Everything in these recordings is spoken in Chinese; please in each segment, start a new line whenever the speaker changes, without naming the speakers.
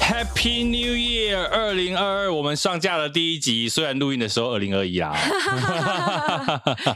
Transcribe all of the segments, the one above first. Happy New Year 二零二二，我们上架了第一集，虽然录音的时候二零二一 啦，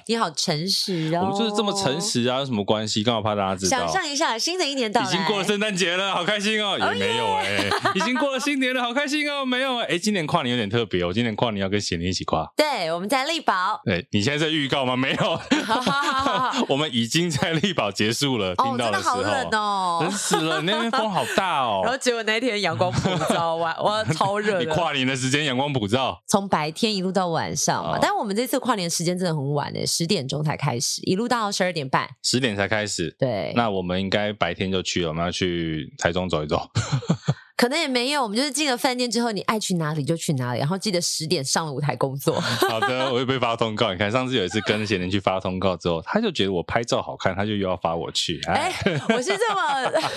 你好诚实哦，
我们就是这么诚。实啊，有什么关系？刚好怕大家知道
想。象一下，新的一年到来，欸
已经过了圣诞节了，好开心哦！也没有哎、 已经过了新年了，好开心哦！没有哎、今年跨年有点特别哦，今年跨年要跟贤玲一起跨。。
对，我们在力宝
对你现在在预告吗？没有，
好好好好
我们已经在力宝结束了。
哦，
听到的
真的
时候，
好冷
冷
哦。啊
死了！那边风好大
然后
哦。
结果那天阳光普 照，哇哇，超热
你
的。
跨年的时间阳光普照，
从白天一路到晚上嘛
哦，
但我们这次跨年时间真的很晚诶，十点钟才开始，一路到十二点半。
十点才开始。
对，
那我们应该白天就去了，我们要去台中走一 走。
可能也没有，我们就是进了饭店之后，你爱去哪里就去哪里，然后记得十点上了舞台工 作。
好的，我又被发通告。你看，上次有一次跟贤玲去发通告之后，他就觉得我拍照好看，他就又要发我去。哎
哎，，我是 这么，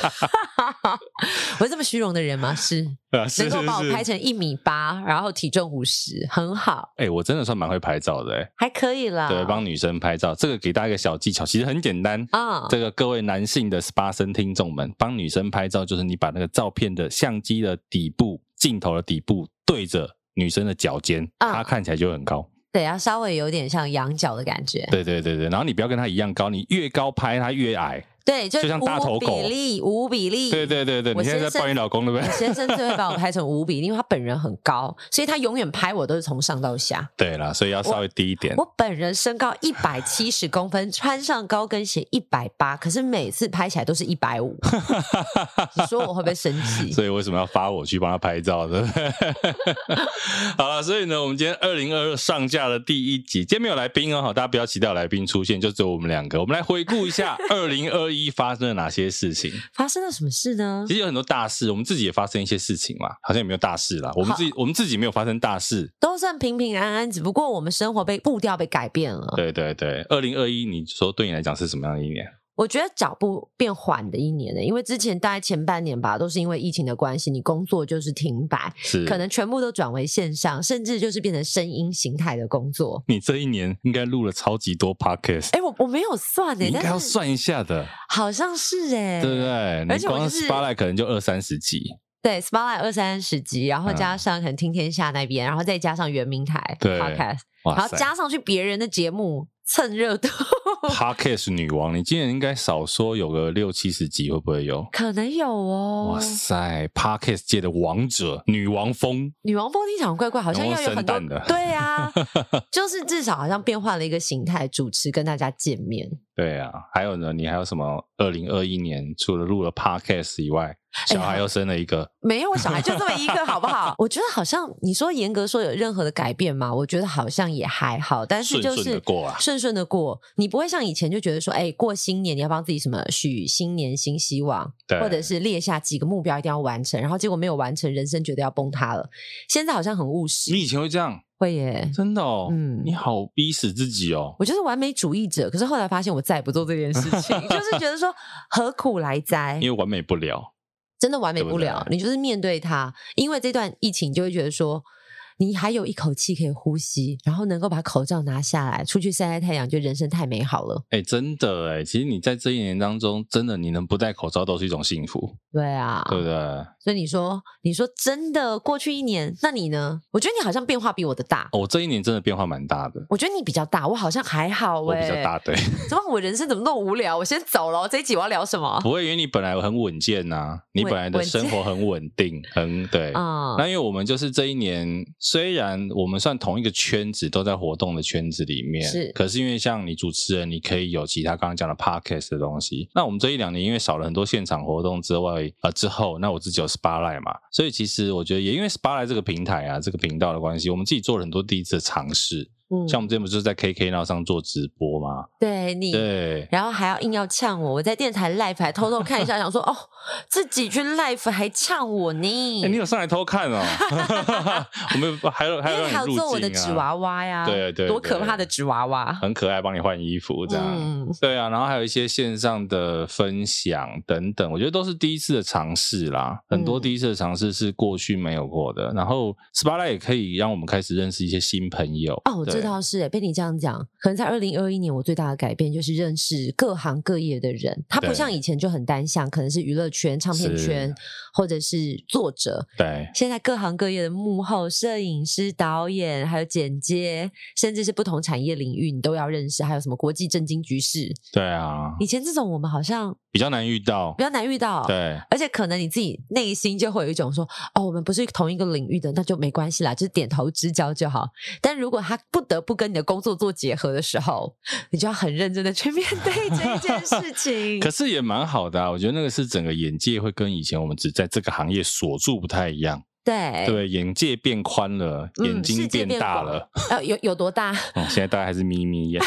我是这么虚荣的人吗？是，
啊 是
能够
是
把我拍
是。
成一米八，然后体重五十，很好，
哎、我真的算蛮会拍照的哎、
还可以啦。
对，帮女生拍照，这个给大家一个小技巧，其实很简单。
啊，
这个各位男性的 SPA 生听众们，帮女生拍照，就是你把那个照片的相机的底部、镜头的底部对着女生的脚尖，
啊
她看起来就会很高。
对啊，稍微有点像羊角的感觉。
对对对对，然后你不要跟她一样高，你越高拍她越矮。
对，就
就像大头狗
五比例，五比例。
对对对对，
我
你现在
先
在抱怨老公对不
我
对？
先生最会把我拍成五比例，因为他本人很高，所以他永远拍我都是从上到下。
对啦，所以要稍微低一点
我。本人身高一百七十公分，穿上高跟鞋一百八，可是每次拍起来都是一百 五。你说我会不会生气？
所以为什么要发我去帮他拍照呢？ 好了，所以呢，我们今天二零二二上架的第一集，今天没有来宾哦，好大家不要期待有来宾出现，就只有我们两个。我们来回顾一 下二零二一发生了哪些事情。
发生了什么事呢？
其实有很多大事，我们自己也发生一些事情嘛，好像也没有大事啦。我们自己我们自己没有发生大事。
都算平平安安，只不过我们生活被步调被改变了。
对对对，二零二一，你说对你来讲是什么样的一年？
我觉得脚步变缓的一年呢，因为之前大概前半年吧，都是因为疫情的关系，你工作就是停摆，
是
可能全部都转为线上，甚至就是变成声音形态的工作。
你这一年应该录了超级多 podcast，、
哎，我我没有算
你
呢，
应该要
但是
算一下的，
好像是哎，
对不啊对？
而
你
且我
光
就是
spotlight 可能就二三十集。
对 Spotlight 二三十集，然后加上可能听天下那边，然后再加上圆明台
嗯对
Podcast，然
哇
后
塞
加上去别人的节目蹭热度，
Podcast 女王，你今年应该少说有个六七十集，会不会有？
可能有哦。
哇塞，Podcast 界的王者，女王风，
女王风听起来很怪怪，好像要有很多
女王生蛋的
对啊，就是至少好像变换了一个形态，主持跟大家见面。
对啊。还有呢，你还有什么？二零二一年除了录了 Podcast 以外，
哎
小孩又生了一个，
没有，我小孩就这么一个，好不好？ 我觉得好像你说严格说有任何的改变吗？我觉得好像也还好，但是就
顺
是
顺地过啊
顺顺的过。你不会像以前就觉得说，哎，过新年你要帮自己什么许新年新希望，
对
或者是列下几个目标一定要完成，然后结果没有完成，人生觉得要崩塌了。现在好像很务实，
你以前会这样，
会耶。
真的哦。
嗯
你好逼死自己哦。
我就是完美主义者，可是后来发现我再也不做这件事情， 就是觉得说何苦来哉
因，为完美不了，
真的完美
对
不了
不。对啊
你就是面对它，因为这段疫情就会觉得说。你还有一口气可以呼吸，然后能够把口罩拿下来，出去晒晒太阳，觉得人生太美好了。
哎、真的哎，其实你在这一年当中，真的你能不戴口罩都是一种幸福，
对啊，
对不对？
所以你说，你说真的，过去一年，那你呢？我觉得你好像变化比我的大，
哦我、这一年真的变化蛮大的，
我觉得你比较大，我好像还好
我
哎、
比较大对，
怎么我人生怎么那么无聊？我先走了，这一集我要聊什么？
不会，因为你本来很哦稳健呐、啊你本来的生活很稳哦定，很对。
啊、
那因为我们就是这一年，虽然我们算同一个圈子，都在活动的圈子里面，
是
可是因为像你主持人，你可以有其他刚刚讲的 podcast 的东西。那我们这一两年因为少了很多现场活动之外，呃，之后那我自己有 spotlight 嘛，所以其实我觉得也因为 spotlight 这个平台啊，这个频道的关系，我们自己做了很多第一次的尝试。
嗯
像我们之前不是在 KK 闹上做直播吗？
对你，
对，
然后还要硬要呛我，我在电台 live 还偷偷看 一下，想说哦，自己去 live 还呛我呢。
哎、你有上来偷看 哦？我们有还有还
因
有
为还
让
有
你入
做我的
境啊
纸娃娃呀，
对对
多
对
可怕的纸娃娃！
很可爱，帮你换衣服这样。
嗯
对啊，然后还有一些线上的分享等等，我觉得都是第一次的尝试啦，很多
嗯
第一次的尝试是过去没有过的。然后 Spotlight 也可以让我们开始认识一些新朋友
哦，真这倒是、欸，被你这样讲，可能在二零二一年，我最大的改变就是认识各行各业的人。他不
对
像以前就很单向，可能是娱乐圈、唱片
是
圈或者是作者，
对
现在各行各业的幕后摄影师、导演，还有剪接，甚至是不同产业领域，你都要认识。还有什么国际政经局势？
对啊，
以前这种我们好像
比较难遇到
比。较难遇到，
对，
而且可能你自己内心就会有一种说，哦，我们不是同一个领域的，那就没关系啦，就是点头之交就好。但如果他不得不跟你的工作做结合的时候，你就要很认真的去面对 这一件事 情。
可是也蛮好的啊，我觉得那个是整个眼界会跟以前我们只在这个行业锁住不太一样，
对，
对，眼界变宽了，
哎嗯
眼睛
世界
变大
广
了，
呃，有有多大？
哦，现在大家还是眯眯 眼。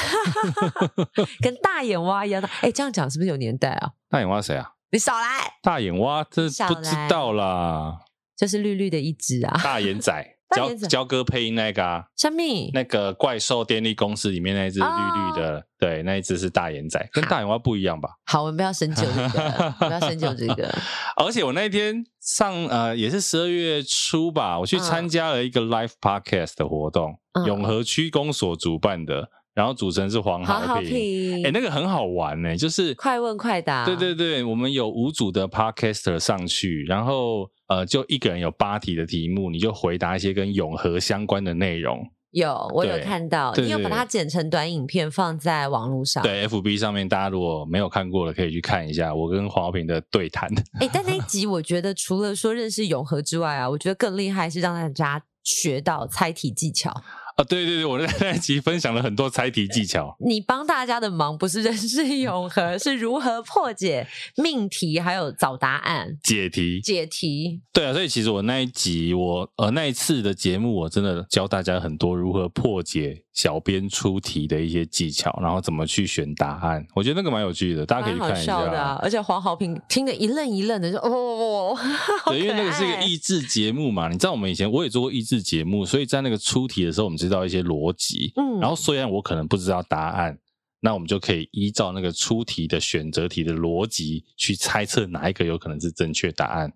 跟大眼蛙一样大。哎，这样讲是不是有年代啊？
大眼蛙谁啊？
你少来，
大眼蛙这
少
不知
来
道啦，
就是绿绿的一只啊。
大眼仔
。大
焦
眼仔
焦哥配音那个、啊，
小米，
那个怪兽电力公司里面那一只绿绿的，对，那一只是大眼仔，跟
哦好
大眼蛙不一样吧？
好，我们不要深究这个，不要深究这 个。
而且我那一天上呃也是十二月初吧，我去
嗯
参加了一个 live podcast 的活动，
嗯
永和区公所主办的，然后主持人是黄
好好
豪平，
评，
哎、那个很好玩呢、就是
快问快答
对对对，我们有五组的 podcaster 上去，然后呃就一个人有八题的题目，你就回答一些跟永和相关的内容，
有我有
对
看到，
对
你有把
对
它剪成短影片放在网络上。
对，FB 上面大家如果没有看过的，可以去看一下我跟黄豪平的对谈。
哎，但那一集我觉得除了说认识永和之外啊，我觉得更厉害是让大家学到猜题技巧。
啊，对对对，我在那一集分享了很多猜题技巧。
你帮大家的忙不是认识永和，是如何破解命题，还有找答案、
解题，
解题。
对啊，所以其实我那一集我呃那一次的节目，我真的教大家很多如何破解小编出题的一些技巧，然后怎么去选答案，我觉得那个蛮有趣的，大家可以去
蛮好
看一下。
笑的啊！而且黄豪平听得一愣一愣的，就哦，好
对，因为那个
可
是一个
爱
益智节目嘛，你知道我们以前我也做过益智节目，所以在那个出题的时候，我们知道一些逻辑。
嗯
然后虽然我可能不知道答案，那我们就可以依照那个出题的选择题的逻辑去猜测哪一个有可能是正确答案，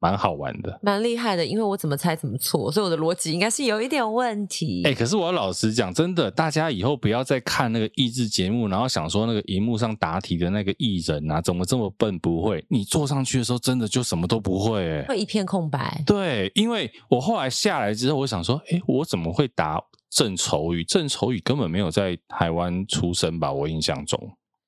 蛮好玩的。
蛮厉害的，因为我怎么猜怎么错，所以我的逻辑应该是有一点问题。
哎、可是我要老实讲，真的，大家以后不要再看那个益智节目，然后想说那个荧幕上答题的那个艺人啊，怎么这么笨不会？你坐上去的时候，真的就什么都不会、欸，
会一片空白。
对，因为我后来下来之后，我想说，诶，我怎么会打郑愁予？郑愁予根本没有在台湾出生吧？我印象中。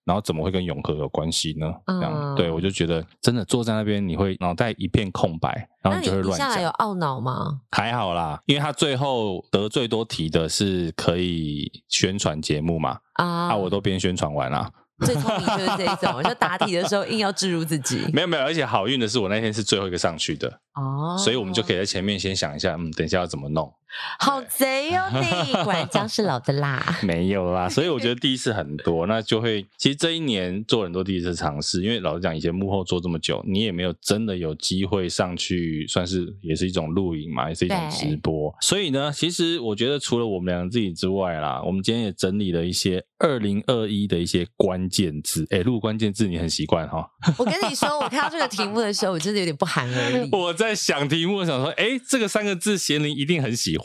然后怎么会跟永和有关系呢？这样，
嗯
对我就觉得真的坐在那边，你会脑袋一片空白，然后
那
就会
你你
乱
下来有
讲。
懊恼吗？
还好啦，因为他最后得最多题的是可以宣传节目嘛，
啊，
啊，我都边宣传完啦、
最聪明就是这一种，就答题的时候硬要置入自己。
没有没有，而且好运的是我那天是最后一个上去的，
哦，
所以我们就可以在前面先想一下，嗯，等一下要怎么弄。
好贼哦你，果然姜是老的 辣。
没有 啦，所以我觉得第一次很多，那就会其实这一年做很多第一次尝试，因为老实讲，以前幕后做这么久，你也没有真的有机会上去，算是也是一种录影嘛，也是一种
对
直播。所以呢，其实我觉得除了我们两个自己之外啦，我们今天也整理了一些二零二一的一些关键字。哎，录关键字你很习惯哈、
我跟你说，我看到这个题目的时候，我真的有点不寒而栗
我在想题目，我想说，哎，这个三个字贤玲一定很喜欢。哦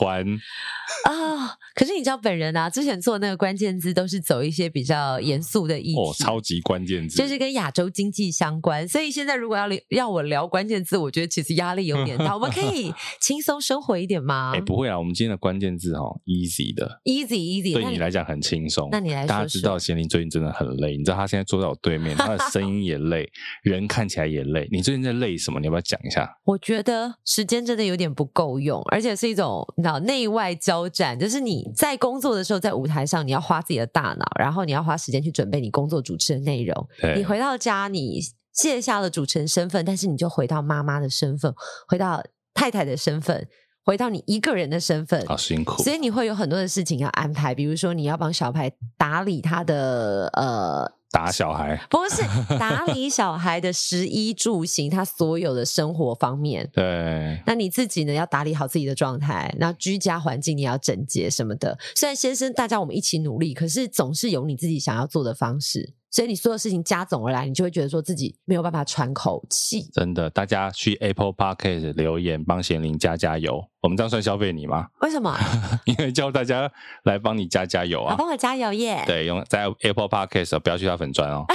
啊、可是你知道本人啊，之前做那个关键字都是走一些比较严肃的意
哦，
题。
超级关键字，
就是跟亚洲经济相关，所以现在如果要聊要我聊关键字，我觉得其实压力有点大。我们可以轻松生活一点吗
哎、不会啊，我们今天的关键字哈、哦、，easy 的。
？Easy easy，
对
那
你来讲很轻松。
那你来说
大家知道贤玲最近真的很累，你知道她现在坐在我对面，她的声音也累，人看起来也累。你最近在累什么？你要不要讲一下？
我觉得时间真的有点不够用，而且是一种你知道内外交战，就是你在工作的时候，在舞台上你要花自己的大脑，然后你要花时间去准备你工作主持的内容。你
对，
回到家，你卸下了主持人身份，但是你就回到妈妈的身份，回到太太的身份，回到你一个人的身份。
好辛苦
所。以你会有很多的事情要安排，比如说你要帮小牌打理他的呃
打小孩，
不是打理小孩的食衣住行，他所有的生活方面。
对，
那你自己呢，要打理好自己的状态，然后居家环境你要整洁什么的。虽然先生，大家我们一起努力，可是总是有你自己想要做的方式，所以你所有事情加总而来，你就会觉得说自己没有办法喘口气。
真的，大家去 Apple Podcast 留言帮贤玲加加油。我们这样算消费你吗？
为什么？
因为叫大家来帮你加加油
啊
啊！
帮我加油耶！
对，用在 Apple Podcast 不要去他粉砖哦。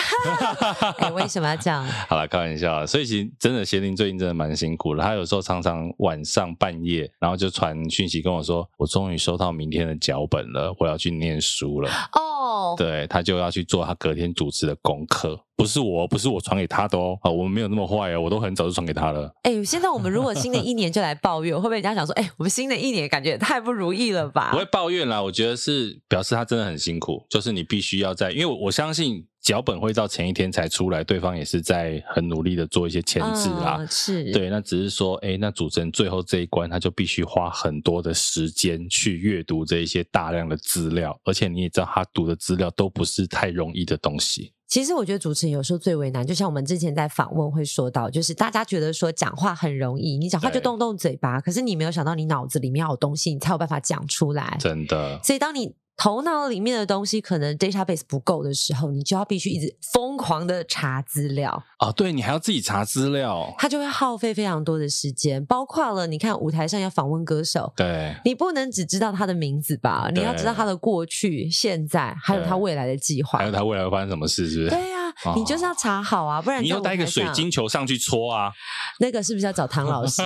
哎，为什么要 这样？
好了，开玩笑啊啦。所以其实真的邪灵最近真的蛮辛苦的，他有时候常常晚上半夜，然后就传讯息跟我说，我终于收到明天的脚本了，我要去念书了。
哦，
对他就要去做他隔天主持的功课，不是我，不是我传给他的哦，啊，我们没有那么坏哦，我都很早就传给他了。
哎，现在我们如果新的一年就来抱怨，会不会人家想说，哎，我们新的一年感觉也太不如意了吧
不？会抱怨啦，我觉得是表示他真的很辛苦，就是你必须要在，因为我我相信脚本会到前一天才出来，对方也是在很努力的做一些前置啊啦。
嗯是，
对，那只是说，哎，那主持人最后这一关，他就必须花很多的时间去阅读这一些大量的资料，而且你也知道，他读的资料都不是太容易的东西。
其实我觉得主持人有时候最为难，就像我们之前在访问会说到，就是大家觉得说讲话很容易，你讲话就
对
动动嘴巴，可是你没有想到你脑子里面要有东西，你才有办法讲出来。
真的，
所以当你头脑里面的东西可能 database 不够的时候，你就要必须一直疯狂的查资料，
哦，对你还要自己查资料，
它就会耗费非常多的时间，包括了你看舞台上要访问歌手。
对，
你不能只知道他的名字吧？你
对
要知道他的过去、现在，还有他
对
未来的计划
还有。他未来会发生什么事，是不是？
对啊，
哦
你就是要查好啊，不然
你
在
又带一个
舞台
水
上
晶球上去戳啊！
那个是不是要找唐 老师？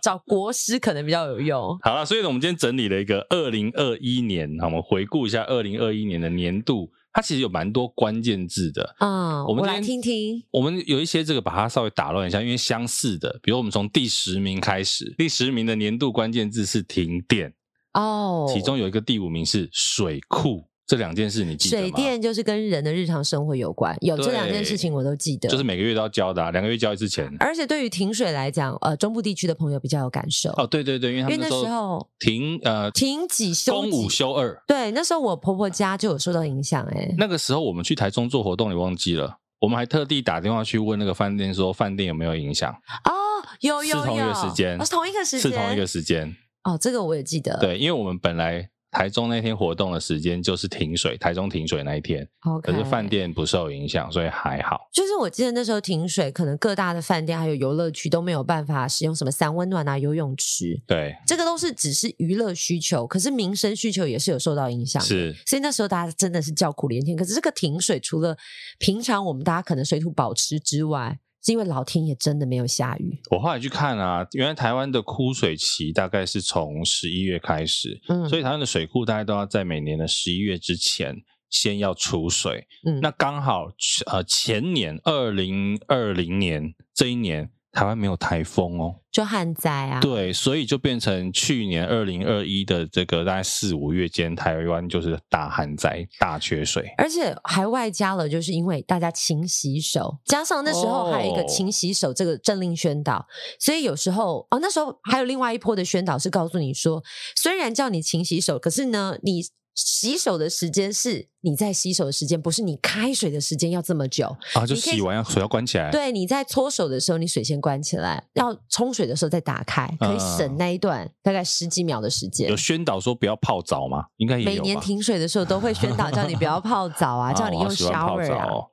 找国师可能比较有用。
好了，所以呢，我们今天整理了一个二零二一年，好我们回顾一下二零二一年的年度，它其实有蛮多关键字的。
嗯，
我
我
们
来
今
听
天
听。
我们有一些这个把它稍微打乱一下，因为相似的，比如我们从第十名开始，第十名的年度关键字是停电，
哦。
其中有一个第五名是水库，这两件事你记得吗？
水电就是跟人的日常生活有关，有这
对
两件事情我都记得。
就是每个月都要交的、啊，两个月交一次钱。
而且对于停水来讲，呃，中部地区的朋友比较有感受，
哦，对对对，因为他
因为
们
那时候
停呃
停几休
公五
几
休二，
对，那时候我婆婆家就有受到影响、哎，
那个时候我们去台中做活动，你忘记了？我们还特地打电话去问那个饭店，说饭店有没有影响？
哦，有有
是
有，
同一个时间
哦，是同一个时
是
间，
同一个时间。
哦，这个我也记得。
对，因为我们本来台中那天活动的时间就是停水，台中停水那一天，
，OK，
可是饭店不受影响，所以还好。
就是我记得那时候停水，可能各大的饭店还有游乐区都没有办法使用什么三温暖啊、游泳池，
对，
这个都是只是娱乐需求，可是民生需求也是有受到影响。，
是，
所以那时候大家真的是叫苦连天。可是这个停水，除了平常我们大家可能水土保持之外，是因为老天也真的没有下雨。
我后来去看啊，原来台湾的枯水期大概是从十一月开始，
嗯，
所
以
以台湾的水库大概都要在每年的十一月之前先要储水。
嗯
那刚好呃前年二零二零年这一年台湾没有台风哦，
就旱灾啊，
对，所以就变成去年二零二一的这个大概四五月间，台湾就是大旱灾、大缺水。
而且还外加了，就是因为大家勤洗手，加上那时候还有一个
哦
勤洗手这个政令宣导，所以有时候哦，那时候还有另外一波的宣导是告诉你说，虽然叫你勤洗手，可是呢，你洗手的时间是你在洗手的时间，不是你开水的时间要这么久。
啊，就
你可以
洗完要水要关起来。
对，你在搓手的时候，你水先关起来，要冲水的时候再打开，可以省那一段大概十几秒的时间
嗯有。宣导说不要泡澡吗？应该也有吧。
每年停水的时候都会宣导叫你不要泡澡 啊，叫你
我好
用
喜欢泡
shower 啊
澡。哦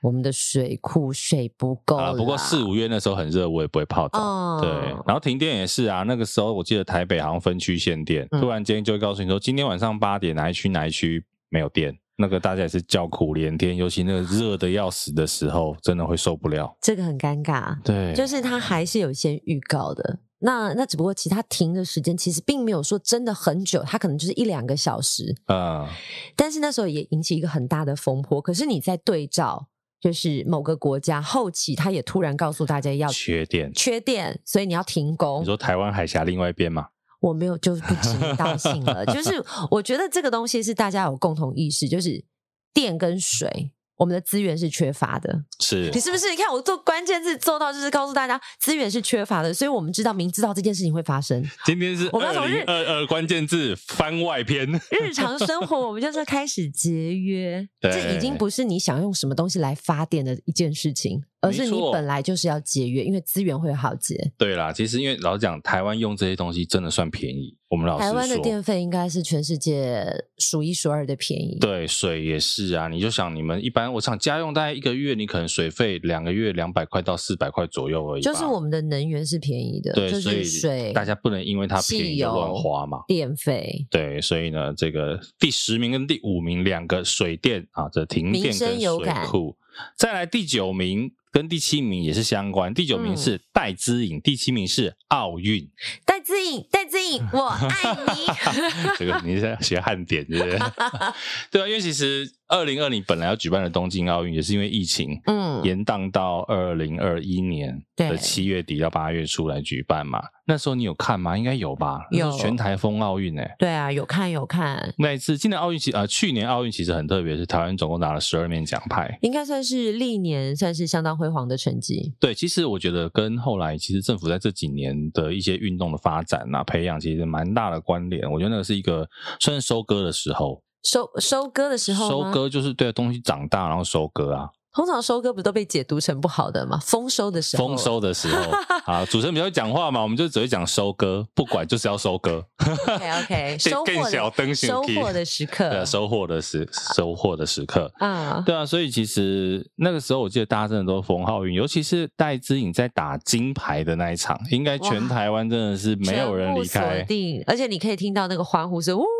我们的水库水不够
啊，
啦
不过四五月那时候很热，我也不会泡澡。
嗯
对，然后停电也是啊，那个时候我记得台北好像分区限电，
嗯
突然间就会告诉你说，今天晚上八点哪一区哪一区没有电，那个大家也是叫苦连天，尤其那个热的要死的时候，真的会受不了。
这个很尴尬，
对，
就是它还是有先预告的。那那只不过其他停的时间其实并没有说真的很久，它可能就是一两个小时，
嗯，
但是那时候也引起一个很大的风波。可是你在对照，就是某个国家后期，它也突然告诉大家要
缺电。
缺电，所以你要停工
你。说台湾海峡另外一边嘛？
我没有就不知道性 了。就是我觉得这个东西是大家有共同意识，就是电跟水，我们的资源是缺乏的。
是
你是不是？你看我做关键字做到，就是告诉大家资源是缺乏的，所以我们知道明知道这件事情会发生，
今天是
我们要从
二
日
零二二关键字番外篇。
日常生活我们就是开始节约，
对
这已经不是你想用什么东西来发电的一件事情。而是你
没错
本来就是要节约，因为资源会好节。
对啦，其实因为老实讲，台湾用这些东西真的算便宜。我们老实
台
说，
湾的电费应该是全世界数一数二的便宜。
对水也是啊，你就想你们一般，我想家用大概一个月，你可能水费两个月两百块到四百块左右而已吧。
就是我们的能源是便宜的，
对，
就
所
是
以
水、
大家不能因为它便
汽
宜就
油、
乱花嘛。
电费。
对，所以呢，这个第十名跟第五名两个水电啊，这停
民
电
生
跟
有
水
感
库，再来第九名跟第七名也是相关。第九名
嗯
是戴资颖，第七名是奥运。
戴资颖，戴资颖， 我爱你。
这个你是在学汉典对不对？ 对啊，因为其实二零二零本来要举办的东京奥运，也是因为疫情。
嗯，
延宕到二零二一年的
对
七月底到八月初来举办嘛，那时候你有看吗？应该有吧？那时候
有
全台风奥运哎、
对啊，有看有看，
那一次，今年奥运其呃，去年奥运其实很特别，是台湾总共拿了十二面奖牌。
应该算是历年算是相当辉煌的成绩。
对，其实我觉得跟后来其实政府在这几年的一些运动的发展啊、培养，其实蛮大的关联。我觉得那个是一个算是收割的时候，
收收割的时候，
收，割就是对东西长大然后收割啊，
通常收割不都被解读成不好的吗？丰收的时候，
丰收的时候啊，主持人比较会讲话嘛，我们就只会讲收割，不管就是要收割。
OK OK，收
更
获
小
的
灯
收获的时刻，
对啊，收获的时收获的时刻。
啊，
对啊，所以其实那个时候，我记得大家真的都封浩运，尤其是戴资颖在打金牌的那一场，应该全
哇
台湾真的是没有人离
全部锁
开。
定，而且你可以听到那个欢呼声，呜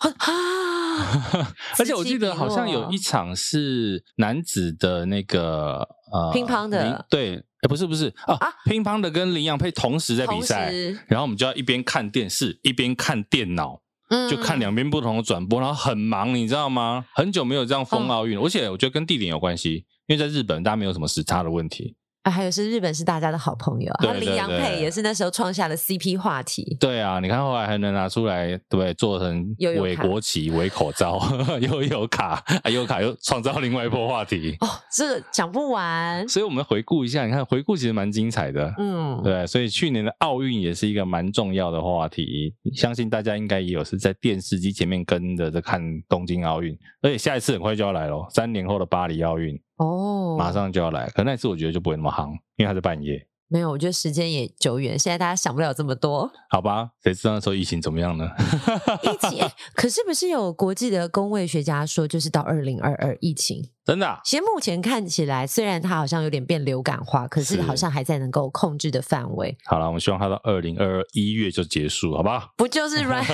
啊！
而且我记得好像有一场是男子的那个呃
乒乓的
林对，诶不是不是啊
啊
乒乓的跟林洋配同时 在比
同
赛，
时，
然后我们就要一边看电视一边看电脑，
嗯
就看两边不同的转播，然后很忙，你知道吗？很久没有这样封
哦
奥运了，而且我觉得跟地点有关系，因为在日本大家没有什么时差的问题。
啊，还有是日本是大家的好朋友，
对
还有林
对
洋
对
配也是那时候创下了 CP 话题。
对啊，你看后来还能拿出来，对不对？做成
悠游
伪
卡
国旗、伪口罩、 悠游卡， 啊，悠游卡又创造另外一波话题。
哦，这个讲不完。
所以我们回顾一下，你看回顾其实蛮精彩的，
嗯，
对。所以去年的奥运也是一个蛮重要的话题，相信大家应该也有是在电视机前面跟着在看东京奥运，而且下一次很快就要来咯，三年后的巴黎奥运
哦，
马上就要来，可那一次我觉得就不会那么夯，因为它是半夜，
没有，我觉得时间也久远，现在大家想不了这么多。
好吧？谁知道那时候疫情怎么样呢？
疫情，哎可是不是有国际的工位学家说，就是到二零二二疫情，
真的啊、
其实目前看起来，虽然它好像有点变流感化，可是
是
好像还在能够控制的范围。
好了，我们希望它到二零二二一月就结束，好不 好？
不就是 right？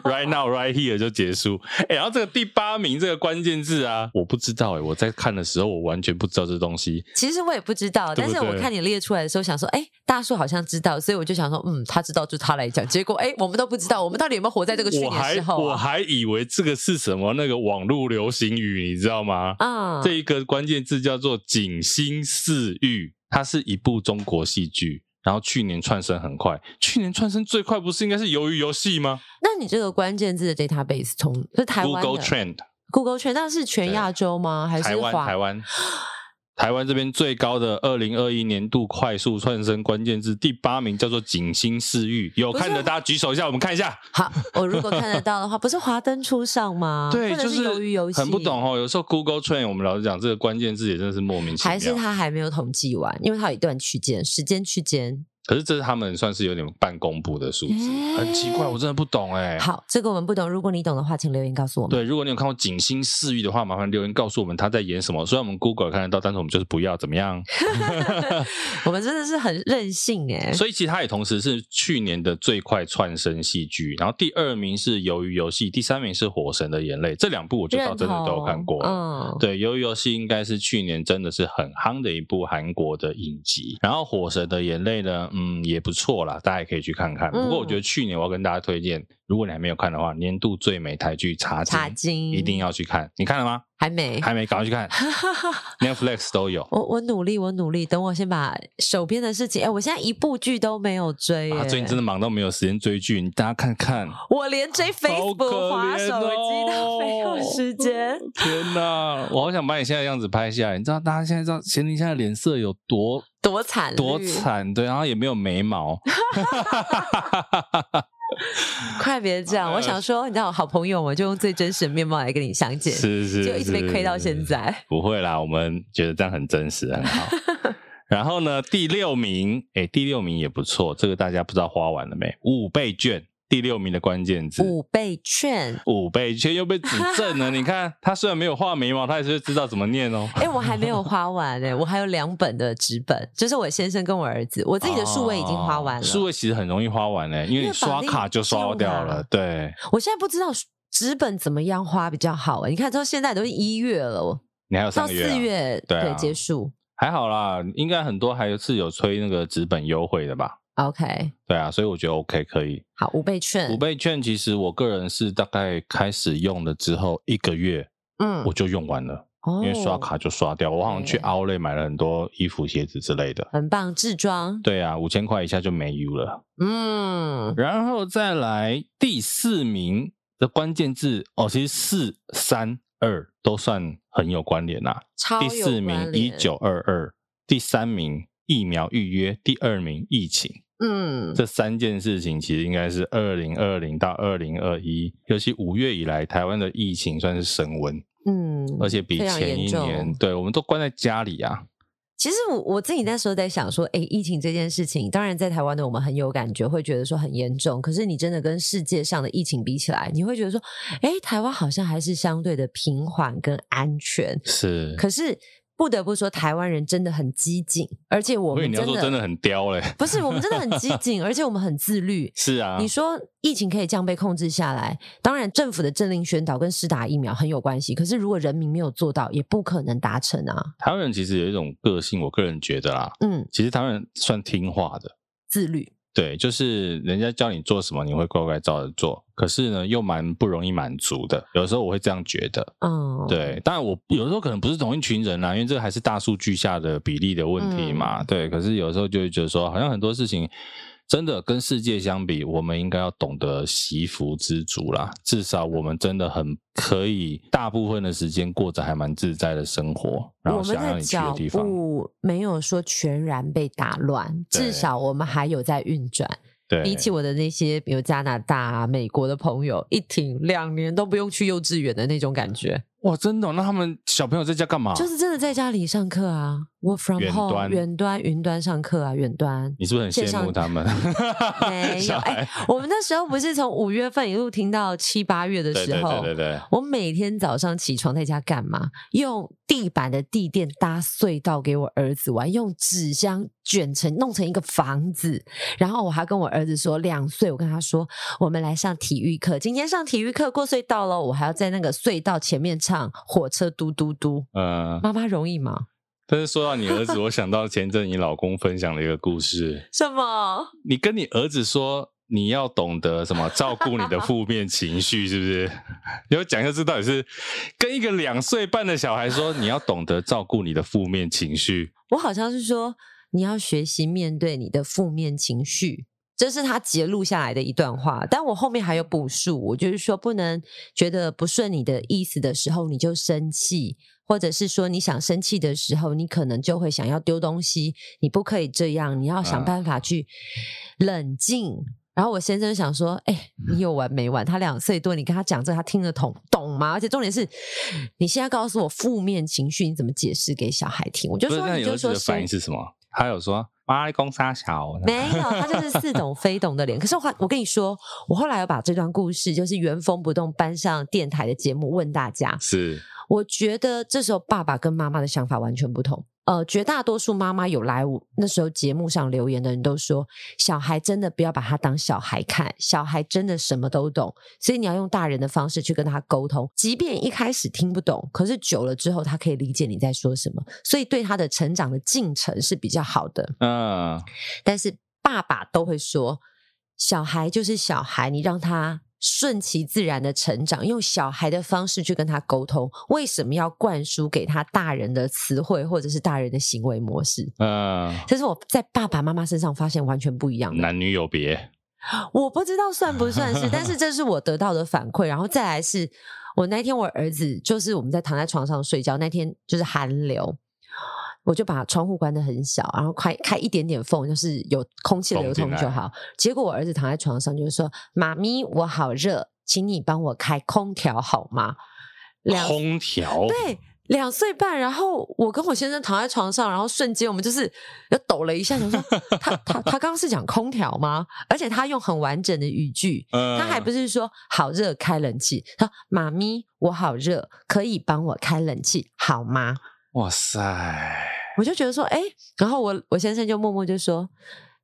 right now, right here 就结束。哎、然后这个第八名这个关键字啊，我不知道哎、我在看的时候我完全不知道这东西。
其实我也不知道，
对
但
不
是我
对
看你列出来的时候，想说，哎，大树好像知道，所以我就想说，嗯，他知道就他来讲。结果，哎，我们都不知道，我们到底有没有活在这个去
我
年的
还
时候
我
啊？
还以为这个是什么那个网络流行语，你知道吗？
啊，
这一个关键字叫做“景星四玉”，它是一部中国戏剧。然后去年窜升很快，去年窜升最快不是应该是《鱿鱼游戏》吗
那你这个关键字的 database 从是台湾的
？Google Trend，
Google 圈，那是全亚洲吗？还
台
是
湾
华
台湾台湾这边最高的二零二一年度快速窜升关键字第八名叫做景星四玉，有
不是
看的大家举手一下，我们看一下。
好，我如果看得到的话，不是华灯初上吗？
对，
或者
就是
啊鱿鱼游戏，
很不懂哦。有时候 Google Train 我们老实讲，这个关键字也真的是莫名其
还是
妙。
他还没有统计完，因为他有一段区间时间区间。
可是这是他们算是有点半公布的数字，
诶
很奇怪，我真的不懂哎。
嗯好，这个我们不懂，如果你懂的话，请留言告诉我们。
对，如果你有看过《景星四玉》的话，麻烦留言告诉我们他在演什么。虽然我们 Google 看得到，但是我们就是不要怎么样。
我们真的是很任性哎、
所以其实它也同时是去年的最快窜升戏剧，然后第二名是《鱿鱼游戏》，第三名是《火神的眼泪》。这两部我就
认
倒
同
真的都有看过。
嗯，
对，《鱿鱼游戏》应该是去年真的是很夯的一部韩国的影集。然后《火神的眼泪》呢，嗯，也不错啦，大家也可以去看看。
嗯
不过我觉得去年我要跟大家推荐，如果你还没有看的话，年度最美台剧《茶经》
茶经
一定要去看。你看了吗？
还没。
还没，赶快去 看，Netflix 都有。
我我努力，我努力，等我先把手边的事情。哎、我现在一部剧都没有追、耶
啊，最近真的忙到没有时间追剧，你大家看看。
我连追 Facebook、滑手机
哦
都没有 时间。
天哪，我好想把你现在的样子拍下来。你知道大家现在知道贤玲现在的脸色有多
多惨绿
多惨，对，然后也没有眉毛。
快别这样！
呃
我想说，你知道我好朋友嘛，就用最真实的面貌来跟你相见，
是是，
就一直被亏到现在
是。不会啦，我们觉得这样很真实，很 好。然后呢，第六名，哎，第六名也不错，这个大家不知道花完了没？五倍券，第六名的关键字。
五倍券。
五倍券又被指正 了，你看他虽然没有画眉毛，他也是知道怎么念哦。
哎、我还没有花完哎、我还有两本的纸本，就是我先生跟我儿子，我自己的数位已经花完了。
哦数位其实很容易花完嘞，因为
因
你
为法
刷
令
卡就刷掉了
用啊。
对，
我现在不知道纸本怎么样花比较好哎、你看到现在都是一月了，
你还有三
到
个
四
月啊、
月
对啊
结束。
还好啦，应该很多还是有推那个纸本优惠的吧？
OK，
对啊，所以我觉得 OK 可以。
好，五倍券，
五倍券其实我个人是大概开始用了之后一个月
嗯
我就用完了，
哦
因为刷卡就刷掉。我好像去
对
Outlet 买了很多衣服、鞋子之类的。
很棒，置装，
对啊，五千块以下就没有了。
嗯，
然后再来第四名的关键字哦，其实四、三、二都算很有关联啊啦、
超
第
有
四名
关
一
联
九，二二，第三名疫苗预约，第二名疫情。
嗯，
这三件事情其实应该是二零二零到二零二一，尤其五月以来，台湾的疫情算是升温，
嗯，
而且比
非常
前
严
一
重
年，对我们都关在家里啊，
其实我我自己那时候在想说，诶，疫情这件事情，当然在台湾的我们很有感觉，会觉得说很严重。可是你真的跟世界上的疫情比起来，你会觉得说，诶，台湾好像还是相对的平缓跟安全。
是。
可是不得不说，台湾人真的很激进，而且我
所以
们
你要说真的很刁 嘞，
不是我们真的很激 进，而且我们很自律。
是啊，
你说疫情可以这样被控制下来，当然政府的政令宣导跟施打疫苗很有关系。可是如果人民没有做到，也不可能达成啊。
台湾人其实有一种个性，我个人觉得啦，
嗯，
其实台湾人算听话的，
自律，
对，就是人家叫你做什么，你会乖乖照着做。可是呢，又蛮不容易满足的。有时候我会这样觉得，
嗯，
对。当然，我有时候可能不是同一群人啦，因为这个还是大数据下的比例的问
嗯
题嘛。对，可是有时候就会觉得说，好像很多事情真的跟世界相比，我们应该要懂得惜福知足啦。至少我们真的很可以，大部分的时间过着还蛮自在的生活，然后
我们
想让
的
你去的
脚
地方。
步没有说全然被打乱，
对
至少我们还有在运转。
对，
比起我的那些比如加拿大、啊、美国的朋友，一挺两年都不用去幼稚园的那种感觉，
哇，真的哦、那他们小朋友在家干嘛？
就是真的在家里上课啊，work from
远
home，
端
远端、云端上课啊，远端。
你是不是很
线
羡
上
慕他们？
没有
小
哎、
孩
我们那时候不是从五月份一路听到七八月的
对
时
对
候，
对对对，
我每天早上起床在家干嘛？用地板的地垫搭隧道给我儿子玩，用纸箱卷成弄成一个房子。然后我还跟我儿子说，两岁，我跟他说，我们来上体育课，今天上体育课过隧道喽，我还要在那个隧道前面唱《火车嘟嘟嘟》。
嗯、
妈妈容易吗？
但是说到你儿子，我想到前阵你老公分享的一个故事，
什么？
你跟你儿子说你要懂得什么照顾你的 负面情绪，是不是？ 你要讲一下这到底是跟一个两岁半的小孩说你要懂得照顾你的负面情绪，
我好像是说，你要学习面对你的负面情绪。这是他截录下来的一段话，但我后面还有补述。我就是说，不能觉得不顺你的意思的时候你就生气，或者是说你想生气的时候，你可能就会想要丢东西。你不可以这样，你要想
嗯
办法去冷静。然后我先生想说：“哎、你有完没完？他两岁多，你跟他讲这个，他听得懂懂吗？而且重点是，你现在告诉我负面情绪，你怎么解释给小孩听？我就
不是？
说，
那
你
你儿
就
子
说
的反应是什么？他有说妈公杀小，啊
没有，他就是似懂非懂的脸。可是我还我跟你说，我后来有把这段故事，就是原封不动搬上电台的节目，问大家，
是
我觉得这时候爸爸跟妈妈的想法完全不同。呃，绝大多数妈妈有来我那时候节目上留言的人都说，小孩真的不要把他当小孩看，小孩真的什么都懂，所以你要用大人的方式去跟他沟通，即便一开始听不懂，可是久了之后他可以理解你在说什么，所以对他的成长的进程是比较好的。
嗯，
但是爸爸都会说，小孩就是小孩，你让他顺其自然的成长，用小孩的方式去跟他沟通。为什么要灌输给他大人的词汇或者是大人的行为模式？
嗯，
这是我在爸爸妈妈身上发现完全不一样的。
男女有别，
我不知道算不算是，但是这是我得到的反馈。然后再来是我那天我儿子就是我们在躺在床上睡觉那天就是寒流，我就把窗户关得很小，然后开开一点点缝，就是有空气流通
风进
就
来
好。结果我儿子躺在床上就是说：“妈咪，我好热，请你帮我开空调好吗？”两
空调，
对，两岁半，然后我跟我先生躺在床上，然后瞬间我们就是又抖了一下，想说 他他他刚刚是讲空调吗？而且他用很完整的语句，
嗯
他还不是说好热开冷气，他说妈咪我好热，可以帮我开冷气好吗？
哇塞，
我就觉得说，哎、然后我我先生就默默就说，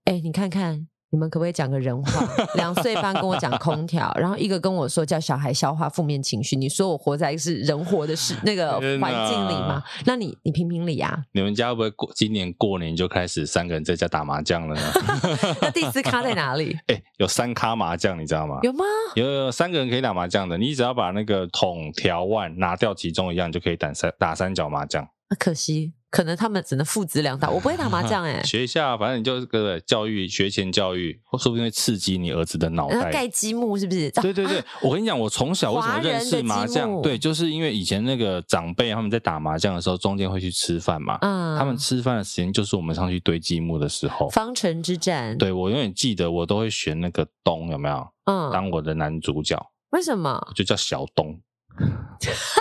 哎、你看看。你们可不可以讲个人话？两岁半跟我讲空调，然后一个跟我说叫小孩消化负面情绪。你说我活在是人活 的是那个
天
环境里
哪
吗？那你你评评 理啊！
你们家会不会过今年过年就开始三个人在家打麻将了呢？
那第四咖在哪里？
哎、有三咖麻将，你知道吗？
有吗？
有有有三个人可以打麻将的，你只要把那个筒条腕拿掉其中一样，你就可以打三打三角麻将。
啊可惜，可能他们只能父子两打。我不会打麻 将哎、
学一下，反正你就是个教育学前教育，或说不定会刺激你儿子的脑
然后
袋。
盖积木是不是？
对对对，我跟你讲，我从小为什么认识麻
华人的积
将？
木
对，就是因为以前那个长辈他们在打麻将的时候，中间会去吃饭嘛。
嗯，
他们吃饭的时间就是我们上去堆积木的时候。
方城之战，，
哦对我永远记得，我都会选那个东有没有
嗯，
当我的男主角，
为 什么？
就叫小 东。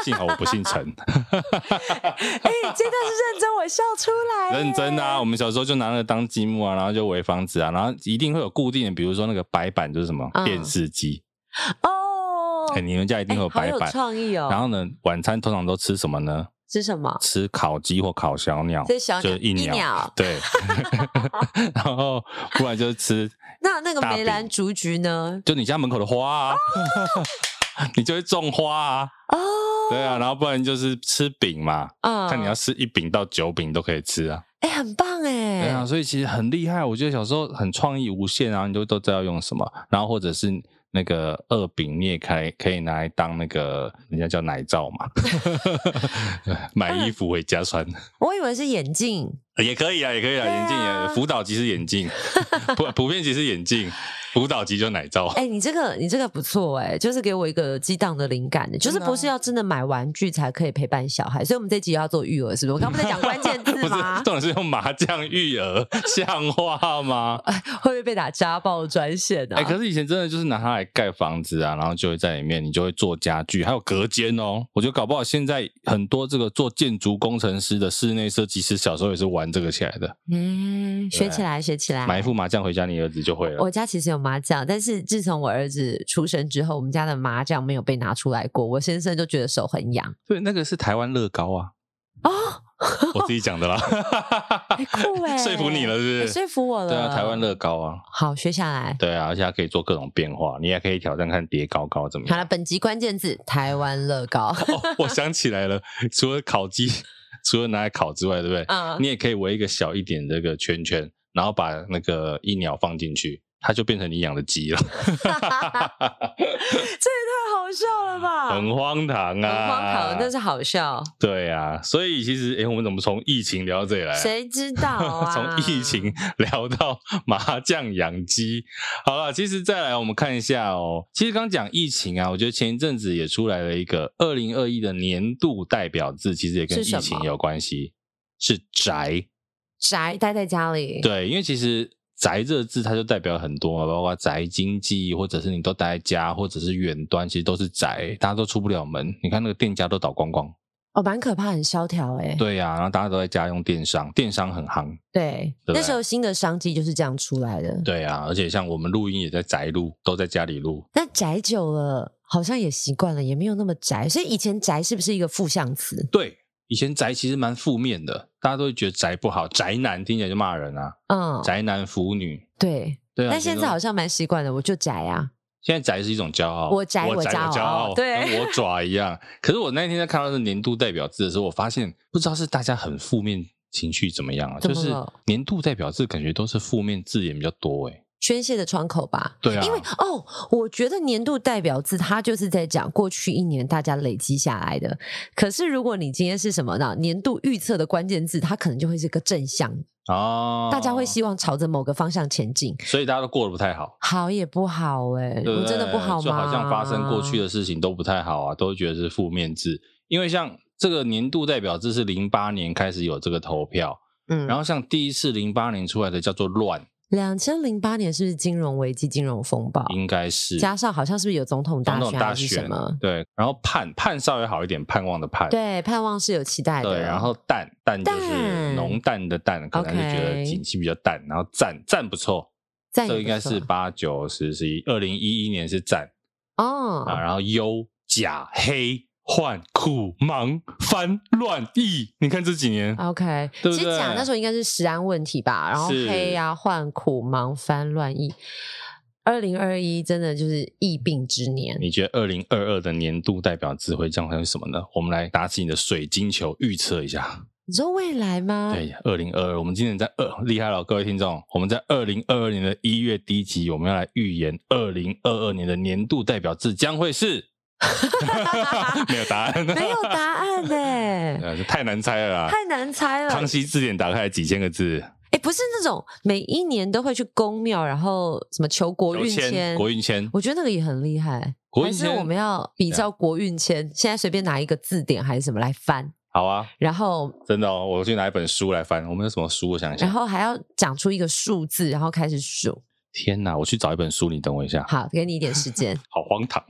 幸好我不姓陈，
哎、这段是认真，我笑出来耶，
认真啊！我们小时候就拿那个当积木啊，然后就围房子啊，然后一定会有固定的，比如说那个白板就是什么、
嗯
电视机，
哦
哎、。你们家一定会有
好
白
有
板。
创意哦！
然后呢，晚餐通常都吃什么呢？
是什么？
吃烤鸡或烤小鸟，
这小
就是一
鸟。
对， 然后不然就是吃，
那那个
大
梅
饼
兰竹菊呢？
就你家门口的花啊， 你就会种花啊，
哦，
对啊，然后不然就是吃饼嘛，
啊
看你要吃一饼到九饼都可以吃啊，
哎、很棒哎、
对啊，所以其实很厉害，我觉得小时候很创意无限啊，你就都知道用什么，然后或者是。那个二饼你也可以可以拿来当那个人家叫奶罩 嘛，买衣服回家穿。
我以为是眼镜，
也可以啊，也可以啊，
对啊
眼镜也辅导级是眼 镜，普普遍级是眼镜，辅导级就奶罩。
哎、你这个你这个不错哎、就是给我一个激荡的灵感的，就是
真的啊
不是要真的买玩具才可以陪伴小孩，所以我们这集要做育儿，是不是？我刚不是在讲关 键
不
字
是
吗，
重？点是用麻将育儿， 像话吗？
会不会被打家暴专线啊？
哎、可是以前真的就是拿它来盖房子啊，然后就会在里面，你就会做家具，还有隔间哦。我觉得搞不好现在很多这个做建筑工程师的室内设计师，小时候也是玩这个起来的。
嗯，学起来，学起来，
买一副麻将回家，你儿子就会了。
我家其实有麻将，但是自从我儿子出生之后，我们家的麻将没有被拿出来过。我先生就觉得手很痒
对，那个是台湾乐高啊，
哦，
我自己讲的啦。
很 酷 哎、
说服你了是不
哎
是？
说服我了。
对啊，台湾乐高啊。
好学下来。
对啊，而且它可以做各种变化，你也可以挑战看叠高高怎么
好
样。
了，本集关键字台湾乐高。
哦，我想起来了，除了烤鸡， 除了拿来烤之外，对不对？
嗯
你也可以围一个小一点的这个圈圈，然后把那个一鸟放进去，它就变成你养的鸡 了，
这也太好笑了吧
很荒唐啊！
很荒唐，但是好笑。
对啊，所以其实，诶，我们怎么从疫情聊到这里来啊？
谁知道啊？
从疫情聊到麻将养鸡，好了，其实再来我们看一下哦。其实刚讲疫情啊，我觉得前一阵子也出来了一个二零二一的年度代表字，其实也跟疫
是什么
情有关系，是宅。
宅待在家里，
对，因为其实宅这个字它就代表很多嘛，包括宅经济，或者是你都待在家，或者是远端，其实都是宅，大家都出不了门。你看那个店家都倒光光，
哦，蛮可怕，很萧条哎、
对呀、然后大家都在家用电商，电商很夯。
对
对
那时候新的商机就是这样出来的。
对啊，而且像我们录音也在宅录，都在家里录。
那宅久了，好像也习惯了，也没有那么宅。所以以前宅是不是一个负向词？
对，以前宅其实蛮负面的，大家都会觉得宅不好，宅男听起来就骂人啊，
嗯，
宅男腐女。
对。
对啊，
但现在好像蛮习惯的，我就宅啊。
现在宅是一种骄傲，
我宅我
我
骄傲
骄傲，
对
跟 我爪一样。可是我那天在看到这年度代表字的时候，我发现不知道是大家很负面情绪怎么样啊，
怎
就
么
是
了
年度代表字感觉都是负面字眼比较多哎诶。
宣泄的窗口吧，
对啊，
因为哦，我觉得年度代表字它就是在讲过去一年大家累积下来的。可是如果你今天是什么呢？年度预测的关键字，它可能就会是个正向，
哦，
大家会希望朝着某个方向前进。
所以大家都过得不太好。
好也不好哎、
对
我
对
真的不好吗？
就好像发生过去
的
的事情都不太好啊，都会觉得是负面字。因为像这个年度代表制是零八年开始有这个投票，
嗯，
然后像第一次零八年出来的叫做乱，
两千零八年是不是金融危机、金融风暴？
应该是
加上好像是不是有总统大
总统
选
大
还是
选
什么？
对，然后盼盼稍微好一点，盼望的盼，
对，盼望是有期待的。
对，然后淡淡就是
淡
浓淡的淡，可能就觉得
OK
景气比较淡，然后赞赞不错，
再
这
也
个
不
应该是
错
八九十十一二零一一年是赞啊，
哦，
然后优甲黑。换苦忙烦乱易，你看这几年
OK，
对不
其实
对
讲那时候应该是食安问题吧，然后
是
黑呀、患苦、忙翻、乱疫。二零二一真的就是疫病之年，
你觉得二零二二的年度代表智慧奖项是什么呢？我们来打起你的水晶球，预测一下。
你说未来吗？
对，二零二二，我们今年在二厉害了，各位听众，我们在二零二二年的一月第一集，我们要来预言二零二二年的年度代表字将会 是，没有答案，
没有答案呢、
呃，这太难猜了啦。
太难猜了。
康熙字典打开几千个字，
哎，不是那种每一年都会去公庙，然后什么求国
有
运签，
国运签，
我觉得那个也很厉害。
国
还
运
是
签
我们要比
对啊
较国运签，现在随便拿一个字典还是什么来翻，
好啊，
然后
真的哦，我去拿一本书来翻，我们有什么书？我想一下，
然后还要讲出一个数字，然后开始数。
天哪，我去找一本书，你等我一下，
好，给你一点 时间。
好荒唐。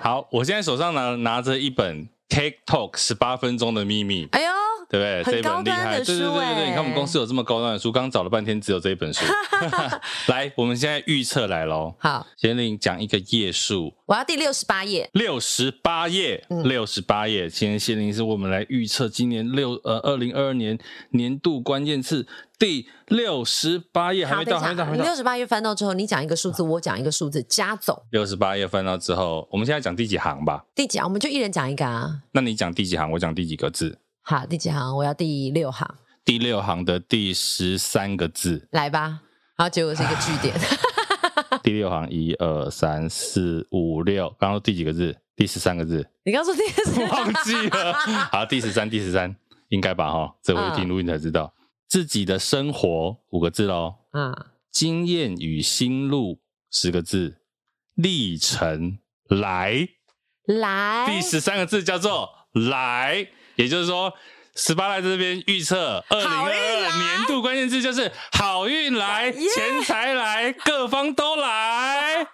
好，我现在手上拿拿着一本 TikTok 十八分钟的秘密，
哎呦，
对不对？
很
这
高
本厉害，
端
对
的
对
书
对对对，
欸
你看我们公司有这么高端的书，刚刚找了半天只有这一本书。 来，我们现在预测来喽，
好，
先令讲一个页数，
我要第六十八页。
六十八页，
嗯
六十八页。今天谢玲是我们来预测今年六呃二零二二年年度关键字第六十八页，还没到，还没到，还没到。
六十八页翻到之后，你讲一个数字，我讲一个数字，加总
六十八页翻到之后，我们现在讲第几行吧？
第几行？我们就一人讲一个啊。
那你讲第几行，我讲第几个字？
好，第几行？我要第六行，
第六行的第十三个字，
来吧。然后结果是一个句点，
啊第六行一二三四五六，刚刚说第几个字？第十三个字，
你刚说第四
忘记了。好，第十三，第十三，应该吧？哈，这我就听录音才知道。自己的生活五个字喽，
啊，
经验与心路十个字，历程来。
来，
第十三个字叫做“来”，也就是说，十八赖这边预测二零
好
二
运
二
来
年度关键字就是好运来、
耶
钱财来、各方都 来。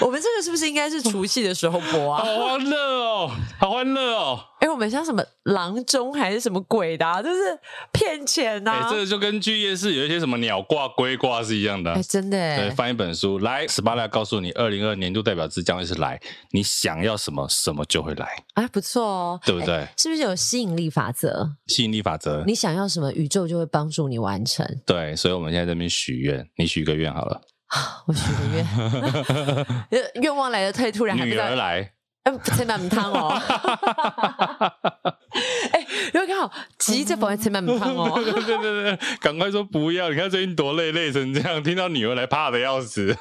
我们这个是不是应该是除夕的时候播
好
啊？
欢乐哦，好欢乐哦！
哎、我们像什么郎中还是什么鬼的、啊，就是骗钱呐、
哎、
啊！
这个就跟去夜市有一些什么鸟挂、龟挂是一样的
哎、
啊。
真的、
对，
欸，
翻一本书来，十八赖告诉你，二零二年度代表字将会是来，你想要什么，什么就会来，
哎、不错哦，
对不对？
是不是有吸引力法则？
吸引力法则，
你想要什么，宇宙就会帮助你完成。
对，所以我们现在这边许愿，你许一个愿好了，
我许个愿，呃愿 望来的太突然，还不
女
知
儿
道。
来。
嗯，千万不汤哦。 哎、如果刚好急着保千万不汤哦。
对对对对，赶快说不要！你看最近多累，累成这样，听到女儿来怕的要死。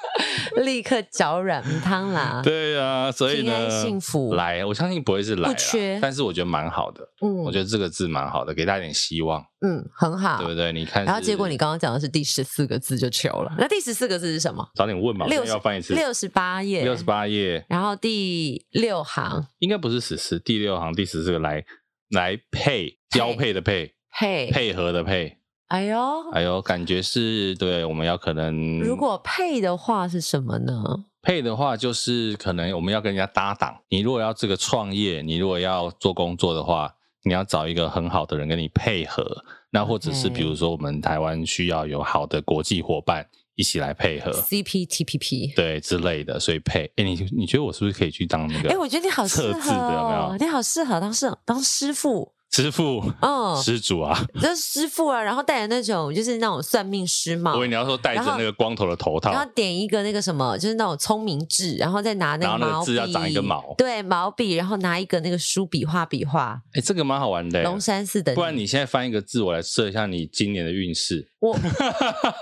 立刻脚软不汤啦。
对啊，所以呢，
平安幸福
来，我相信不会是来啦
不缺
但是我觉得蛮好的，我
嗯
觉得这个字蛮好的，给大家一点希望，
嗯，很好
对。不对？你看是，
然后结果你刚刚讲的是第十四个字就求了，那第十四个字是什么？
早点问嘛，我现
六
在要翻一次，
六十八页，
六十。八页，
然后第六行，
应该不是十四，第六行第十四个来来配交配的配，
配，
配合的配。
哎呦，
哎呦，感觉是对，我们要可能
如果配的话是什么呢？
配的话，就是可能我们要跟人家搭档。你如果要这个创业，你如果要做工作的话，你要找一个很好的人跟你配合。那或者是
OK
比如说，我们台湾需要有好的国际伙伴一起来配合，
CPTPP。
对之类的，所以配。哎、你你觉得我是不是可以去当那
哎、我
个
觉得你好适
测字
合
的有没有
哦，你好适合当师当师傅，
师傅、
嗯，
施主 啊？
就是师傅啊，然后戴着那种就是那种算命师嘛
我以，为你要说戴着
哦然后
那个光头的头套
然，后点一个那个什么，就是那种聪明痣，然后再拿那
然后
个
那个
毛
痣
笔，
要长一个毛
对，毛笔，然后拿一个那个书笔画笔画，
哎、这个蛮好玩的、欸
龙山寺的。
不然你现在翻一个字，我来测一下你今年的运势。
我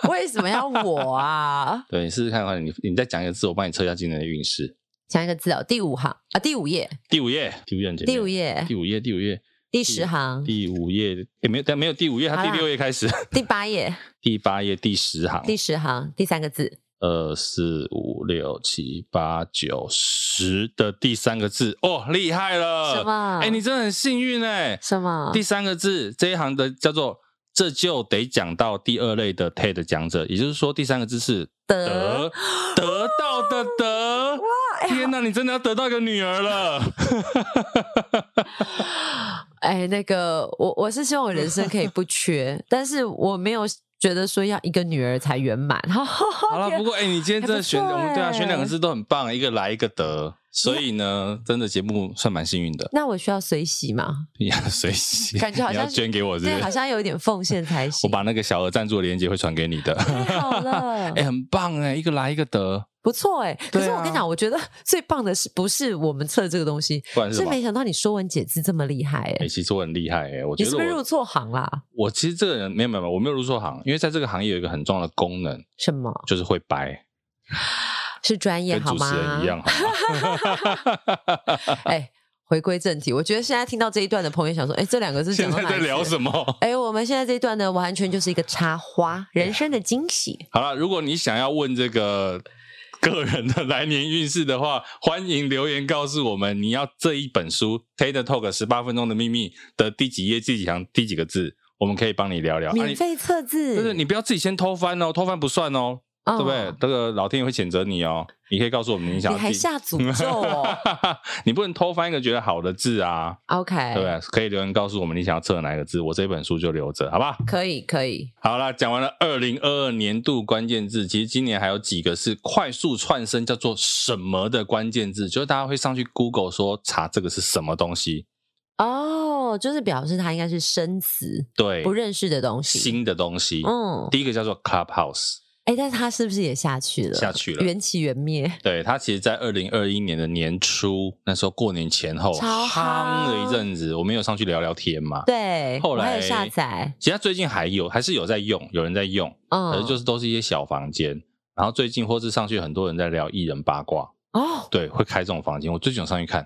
为什么要我啊？
对，你试试看的话，你你再讲一个字，我帮你测一下今年的运势。
讲一个字哦，第五行啊，第五页，
第五页，第五页很简单，
第五页
第，五页，第五页，
第十行，
第五页，也没有，但没有第五页，它
好
第
啦
六页开始，
第八页，
第八页，第十行，
第十行，第三个字，
二四五六七八九十的第三个字，哦，厉害了！
什么
哎、你真的很幸运哎、
什么
第？三个字这一行的叫做“这就得讲到第二类的 TED 讲者”，也就是说，第三个字是
得
得得到的得。
哎
天哪，你真的要得到一个女儿 了！
哎，那个，我我是希望我人生可以不缺，但是我没有觉得说要一个女儿才圆满。好
好了，不过哎、你今天真的选，
还不
我
错
们对啊，
哎
选两个字都很棒，一个来一个得，所以呢，真的节目算蛮幸运的。
那我需要随喜吗？
你要随喜，
感觉好像
你要捐给我是不
对，
是
好像有一点奉献才
我
行。
把那个小额赞助的链接会传给你的。
太好了
哎、，很棒哎、一个来一个得，
不错哎。可是
对啊
我跟你讲，我觉得最棒的是不是我们测这个东西，
不然是什
是
么？
没想到你《说文解字》这么厉害
哎、
哎，
其实我很厉害哎、我觉
你
得
是
我
不是入错行啦？
我其实这个人没有没有，没有我没有入错行，因为在这个行业有一个很重要的功能，
什么？
就是会掰，
是专业
跟
好
主
吗？
持人一样。 好吗
哎，回归正题，我觉得现在听到这一段的朋友想说，哎，这两个字
现
讲得
在在
蛮
聊
像
什么？
哎，我们现在这一段呢，完全就是一个插花，人生的惊喜。
好了，如果你想要问这个 个人的来年运势的话，欢迎留言告诉我们你要这一本书《TED Talk 十八分钟的秘密》的第几页、第几行、第几个字，我们可以帮你聊聊。啊
免
你
费测字，
就是你不要自己先偷翻哦，偷翻不算哦，对
哦
不对？这个老天爷会谴责你哦。你可以告诉我们你想
你
要
还
自己
下诅咒哦
你不能偷翻一个觉得好的字啊， 对不
？OK，
对？可以留言告诉我们你想要测哪一个字，我这本书就留着，好吧？
可以可以，
好啦，讲完了二零二二年度关键字，其实今年还有几个是快速窜升叫做什么的关键字，就是大家会上去 Google 说查这个是什么东西，
哦，就是表示它应该是生词，
对，
不认识的东西。
新的东西。
嗯，
第一个叫做 Clubhouse，
哎，但是它是不是也下去了？
下去了
缘起 缘灭。
对，它其实，在二零二一年的年初，那时候过年前后
超
夯
夯
了一阵子，我们有上去聊聊天嘛。
对，
后
我还有
来
下载，
其实它最近还有，还是有在用，有人在用，可
嗯，
是就是都是一些小房间。然后最近或是上去很多人在聊艺人八卦，
哦，
对，会开这种房间。我最近有上去 看，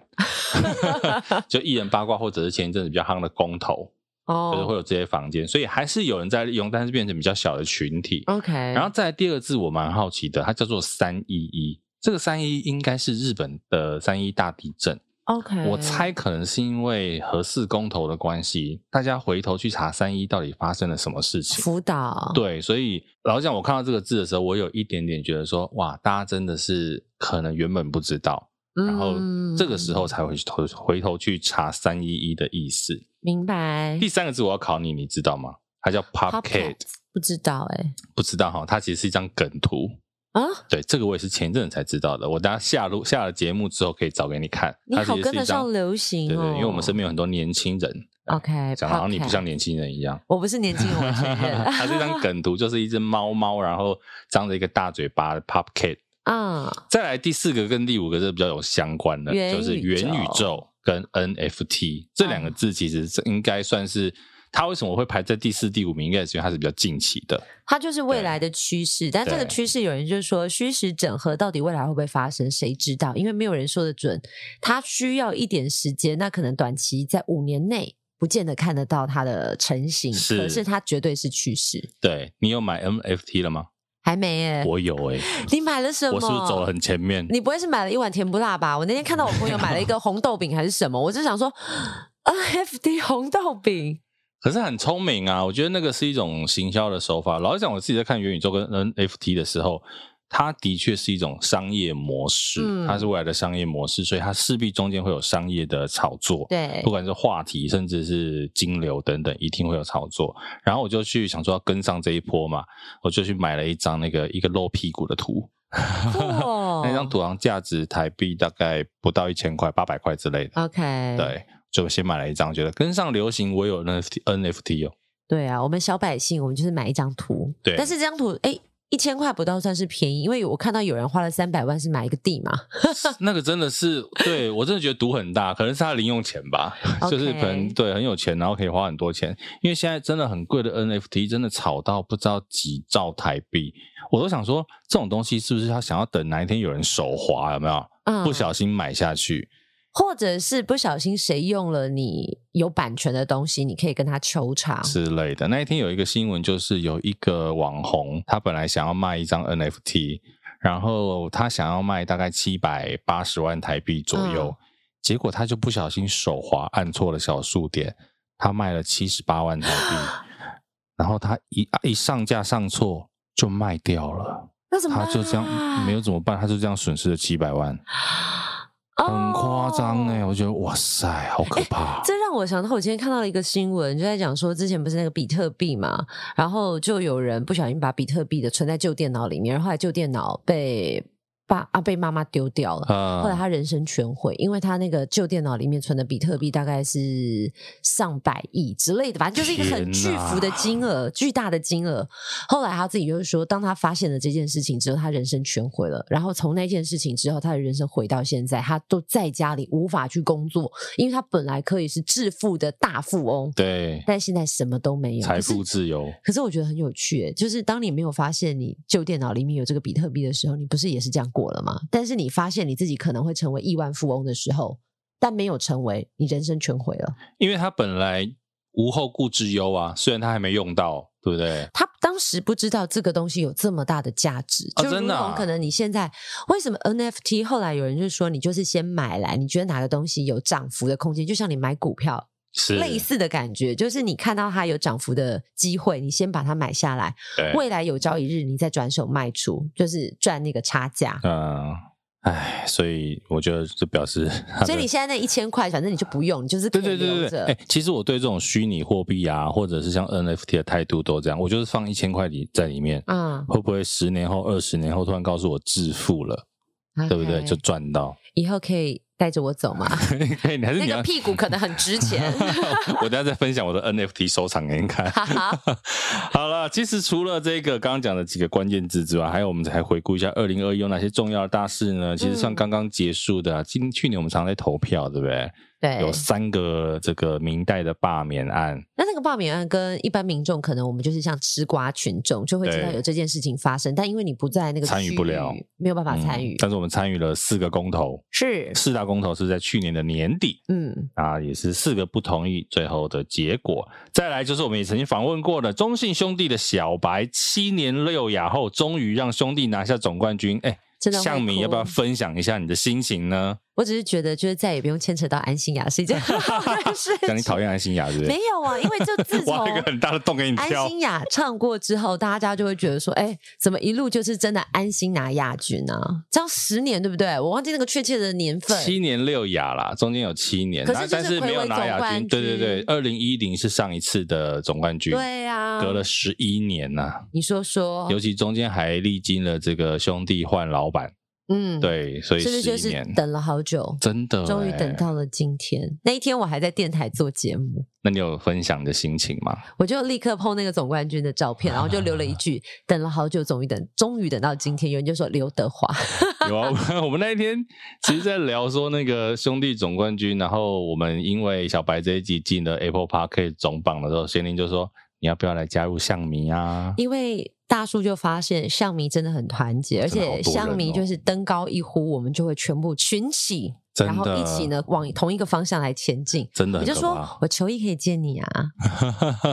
就艺人八卦或者是前一阵子比较夯的公投，就是会
哦
有这些房间，所以还是有人在利用，但是变成比较小的群体。
哦，OK，然
然后再来第二个字，我蛮好奇的，它叫做三一一。这个三一应该是日本的三一大地震，
OK，
我猜可能是因为核四公投的关系，大家回头去查三一到底发生了什么事情。
辅导，
对，所以老实讲，我看到这个字的时候，我有一点点觉得说，哇，大家真的是可能原本不知道，
嗯，
然后这个时候才会去头回头去查三一一的意思。
明白
第三个字我要考你，你知道吗？它叫 popcat，
Popcat 不知道哎
不知道哈，它其实是一张梗图。
啊，
对，这个我也是前阵子才知道的。我等下下录下了节目之后可以找给你看。
你
它其
好
实
跟
是一
得
张
上流行
对对，
哦，
因为我们身边有很多年轻人，哎
OK，
讲得好像你不
Popcat
像年轻人一样。
我不是年轻人， 我承 认。
它 这张梗图就是一只猫猫，然后张着一个大嘴巴的 pop cat。
啊，
再来第四个跟第五个是比较有相关的，
元宇宙啊
就是元宇宙跟 NFT 这两个字，其实是应该算是它为什么会排在第四、第五名，应该是因为它是比较近期的。
它就是未来的趋势，但这个趋势有人就说虚实整合到底未来会不会发生，谁知道？因为没有人说得准，它需要一点时间，那可能短期在五年内不见得看得到它的成型，
是
可是它绝对是趋势。
对你有买 NFT 了吗？
还没耶、
我有诶、
你买了哎什么？
我是不是走得很前面？
你不会是买了一碗甜不辣吧？我那天看到我朋友买了一个红豆饼还是什么，我就想说 NFT 红豆饼
可是很聪明啊，我觉得那个是一种行销的手法。老实讲，我自己在看元宇宙跟 NFT 的时候，它的确是一种商业模式，
嗯
它是未来的商业模式，所以它势必中间会有商业的炒作。
对
不管是话题，甚至是金流等等，一定会有炒作。然后我就去想说要跟上这一波嘛，我就去买了一张那个一个露屁股的图，
哇
那张图好像价值台币大概不到一千块，八百块之类的。
OK
对，就先买了一张，觉得跟上流行，我有 NFT NFT 哦。
对啊，我们小百姓，我们就是买一张图，
对
但是这张图，哎，一千块不到算是便宜，因为我看到有人花了三百万是买一个地嘛，
那个真的是，对我真的觉得赌很大，可能是他零用钱 吧
OK
就是可能对很有钱，然后可以花很多钱，因为现在真的很贵的 NFT 真的炒到不知道几兆台币，我都想说这种东西是不是他想要等哪一天有人手滑有没有，
嗯，
不小心买下去，
或者是不小心谁用了你有版权的东西，你可以跟他求偿。
之类的。那一天有一个新闻，就是有一个网红，他本来想要卖一张 NFT，然后他想要卖大概七百八十万台币左右，
嗯
结果他就不小心手滑按错了小数点，他卖了七十八万台 币，然后他一啊一上架上错就卖掉了，
那怎么
他
办、啊
就这样没有怎么办，他就这样损失了七百万，
哦，
很夸张哎、我觉得哇塞，好可怕。
这让我想到，我今天看到了一个新闻，就在讲说，之前不是那个比特币嘛，然后就有人不小心把比特币的存在旧电脑里面，然后后来旧电脑被爸啊被妈妈丢掉了。
呃，
后来他人生全毁，因为他那个旧电脑里面存的比特币大概是上百亿之类的，反正就是一个很巨
天哪
幅的金额，巨大的金额。后来他自己就是说，当他发现了这件事情之后，他人生全毁了。然后从那件事情之后，他的人生毁到现在，他都在家里无法去工作，因为他本来可以是致富的大富翁，
对，
但现在什么都没有，
财
可是
富自由，
可是我觉得很有趣耶，就是当你没有发现你旧电脑里面有这个比特币的时候，你不是也是这样过了吗？但是你发现你自己可能会成为亿万富翁的时候，但没有成为，你人生全毁了。
因为他本来无后顾之忧啊，虽然他还没用到，对不对？
他当时不知道这个东西有这么大的价值，
啊
就如
真的啊
同可能你现在为什么 NFT 后来有人就说你就是先买来，你觉得哪个东西有涨幅的空间，就像你买股票，
是
类，似的感觉，就是你看到它有涨幅的机会，你先把它买下来，
对，
未来有朝一日你再转手卖出，就是赚那个差价。
嗯，唉，所以我觉得这表示他的，
所以你现在那一千块，反正你就不用，你就是
对
可以
对对对对，
留着
哎、其实我对这种虚拟货币啊，或者是像 NFT 的态度都这样，我就是放一千块里在里面，
嗯，
会不会十年后、二十年后突然告诉我致富了，对不对？
OK
就赚到，
以后可以带着我走嘛？
可以， 你还啊是
那
你
个
要。
屁股可能很值钱，
我等一下再分享我的 NFT 收藏给你看。
哈哈。
好了，其实除了这个刚刚讲的几个关键字之外，还有我们还回顾一下二零二一有哪些重要的大事呢？其实像
嗯
刚刚结束的、啊，今去年我们常在投票，对不对？
对，
有啊三个这个明代的罢免案，
那那个罢免案跟一般民众，可能我们就是像吃瓜群众，就会知道
对
有这件事情发生，但因为你不在那个
参与
区
不
域
了，
没有办法
嗯
参与。
但是我们参与了四个公投，
是，
四大公投是在去年的年底
嗯，
啊，也是四个不同意，最后的结果。再来就是我们也曾经访问过的中信兄弟的小白，七年六亚后，终于让兄弟拿下总冠军。哎，
真的会
向敏要不要
哭
分享一下你的心情呢？
我只是觉得就是再也不用牵扯到安心雅是一件很好的 事情。
讲你讨厌安心雅，对不
没
对？
有啊，因为就 自从
挖了一个很大的洞给你
安
跳。
心雅唱过之后，大家就会觉得说，哎、怎么一路就是真的安心拿亚军呢、啊？这样十年对不对？我忘记那个确切的年份。
七年六亚啦，中间有七年，
可是
那
就是
但是没有拿
回味总
亚
冠
军。
军
对对对，二零一零是上一次的总冠军，
对啊，哦
隔了十一年呐、
你说说，
尤其中间还历经了这个兄弟换老板，
嗯，，
对，所以
是不是就
十一
是
年
等了好久？
真的、欸，
终于等。到了今天，那一天我还在电台做节目，
那你有分享你的心情吗？
我就立刻 PO 那个总冠军的照片，然后就留了一 句：“等了好久，终于等，终于等到今天。”有人就说刘德华，
有啊，我们我们那一天其实在聊说那个兄弟总冠军，然后我们因为小白这一集进了 Apple Park 总榜的时候，贤玲就说你要不要来加入象迷啊？
因为大叔就发现象迷真的很团结，而
真的好多
且
人
象迷
哦
就是登高一呼，我们就会全部群起，
真的
然后一起呢往同一个方向来前进。
真的
我
很
就
可
说
怕，。
我球衣可以 借你啊，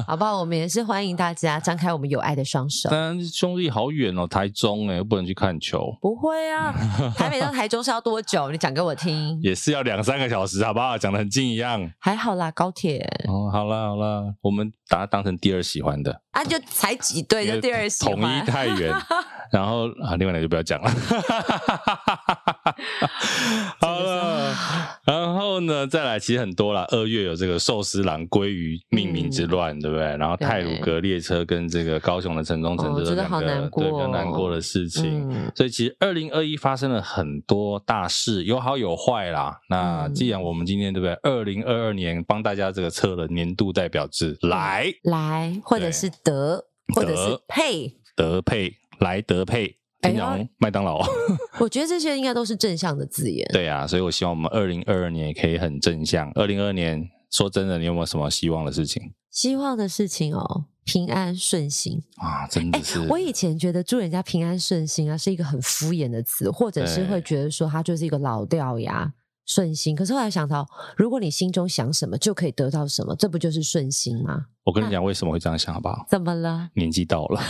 好不好？我们也是欢迎大家张开我们有爱的双手。
但兄弟好远哦，台中哎，又不能去看球，
不会啊，台北到台中是要多久？你讲给我听。
也是要两三个小时，好不好？讲的很近一样。
还好啦，高铁
哦，好啦好啦，我们把它当成第二喜欢的，
啊，就才几队
因
就
为
第二喜
统一
欢。
太远， 然后啊，另外两个就不要讲了。 好了，然后呢，再来，其实很多啦。二月有这个寿司郎鲑鱼命名之乱，对不对？然后泰鲁阁列车跟这个高雄的城中城，
哦
这都
真的
两个
好难过
对比较难过的事情。
嗯
所以其实二零二一发生了很多大事，有好有坏啦。那
嗯
既然我们今天对不对？二零二二年帮大家这个测了年度代表制，来
嗯来，或者是得，或者是
得
配，
德佩，来德佩，
哎
听讲哦
呦
麦当劳。
我觉得这些应该都是正向的字眼。
对啊，所以我希望我们二零二二年也可以很正向。二零二二年，说真的，你有没有什么希望的事情
希望的事情哦，平安顺心。
啊？真
哎
的是，，
我以前觉得祝人家平安顺心啊，是一个很敷衍的词，或者是
对
会觉得说它就是一个老掉牙。顺心，可是后来想到，如果你心中想什么，就可以得到什么，这不就是顺心吗？
我跟你讲为什么会这样想，好不好？
怎么了？
年纪到了，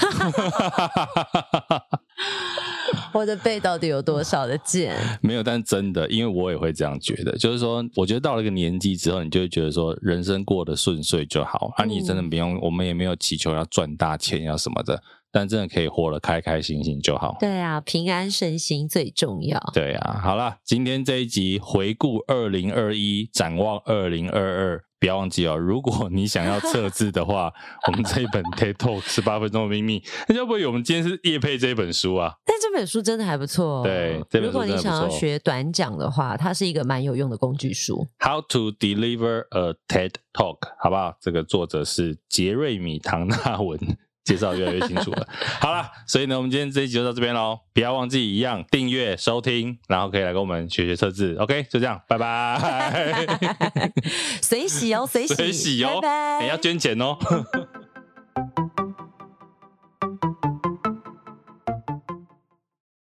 我的背到底有多少的茧？
没有，但是真的，因为我也会这样觉得，就是说，我觉得到了一个年纪之后，你就会觉得说，人生过得顺遂就好，啊，你
嗯
真的不用，我们也没有祈求要赚大钱要什么的，但真的可以活得开开心心就好。
对啊，平安身心最重要。
对啊，好啦，今天这一集回顾二零二一，展望二零二二。不要忘记哦，如果你想要测字的话，我们这一本 TED Talk 十八分钟的秘密，那要不会我们今天是夜配这一本书啊？
但这本书真的还不错、哦。
对这本书
如果你
真的不
想要
错
学短讲的话，它是一个蛮有用的工具书。
How to Deliver a TED Talk，好不好？这个作者是杰瑞米·唐纳文，介绍越来越清楚了。好啦，所以呢，我们今天这一集就到这边喽，不要忘记一样订阅、收听，然后可以来跟我们学学测字。OK，就这样，拜拜。
随喜哦，随喜，
随喜哦，哎
拜拜。
你要捐钱哦。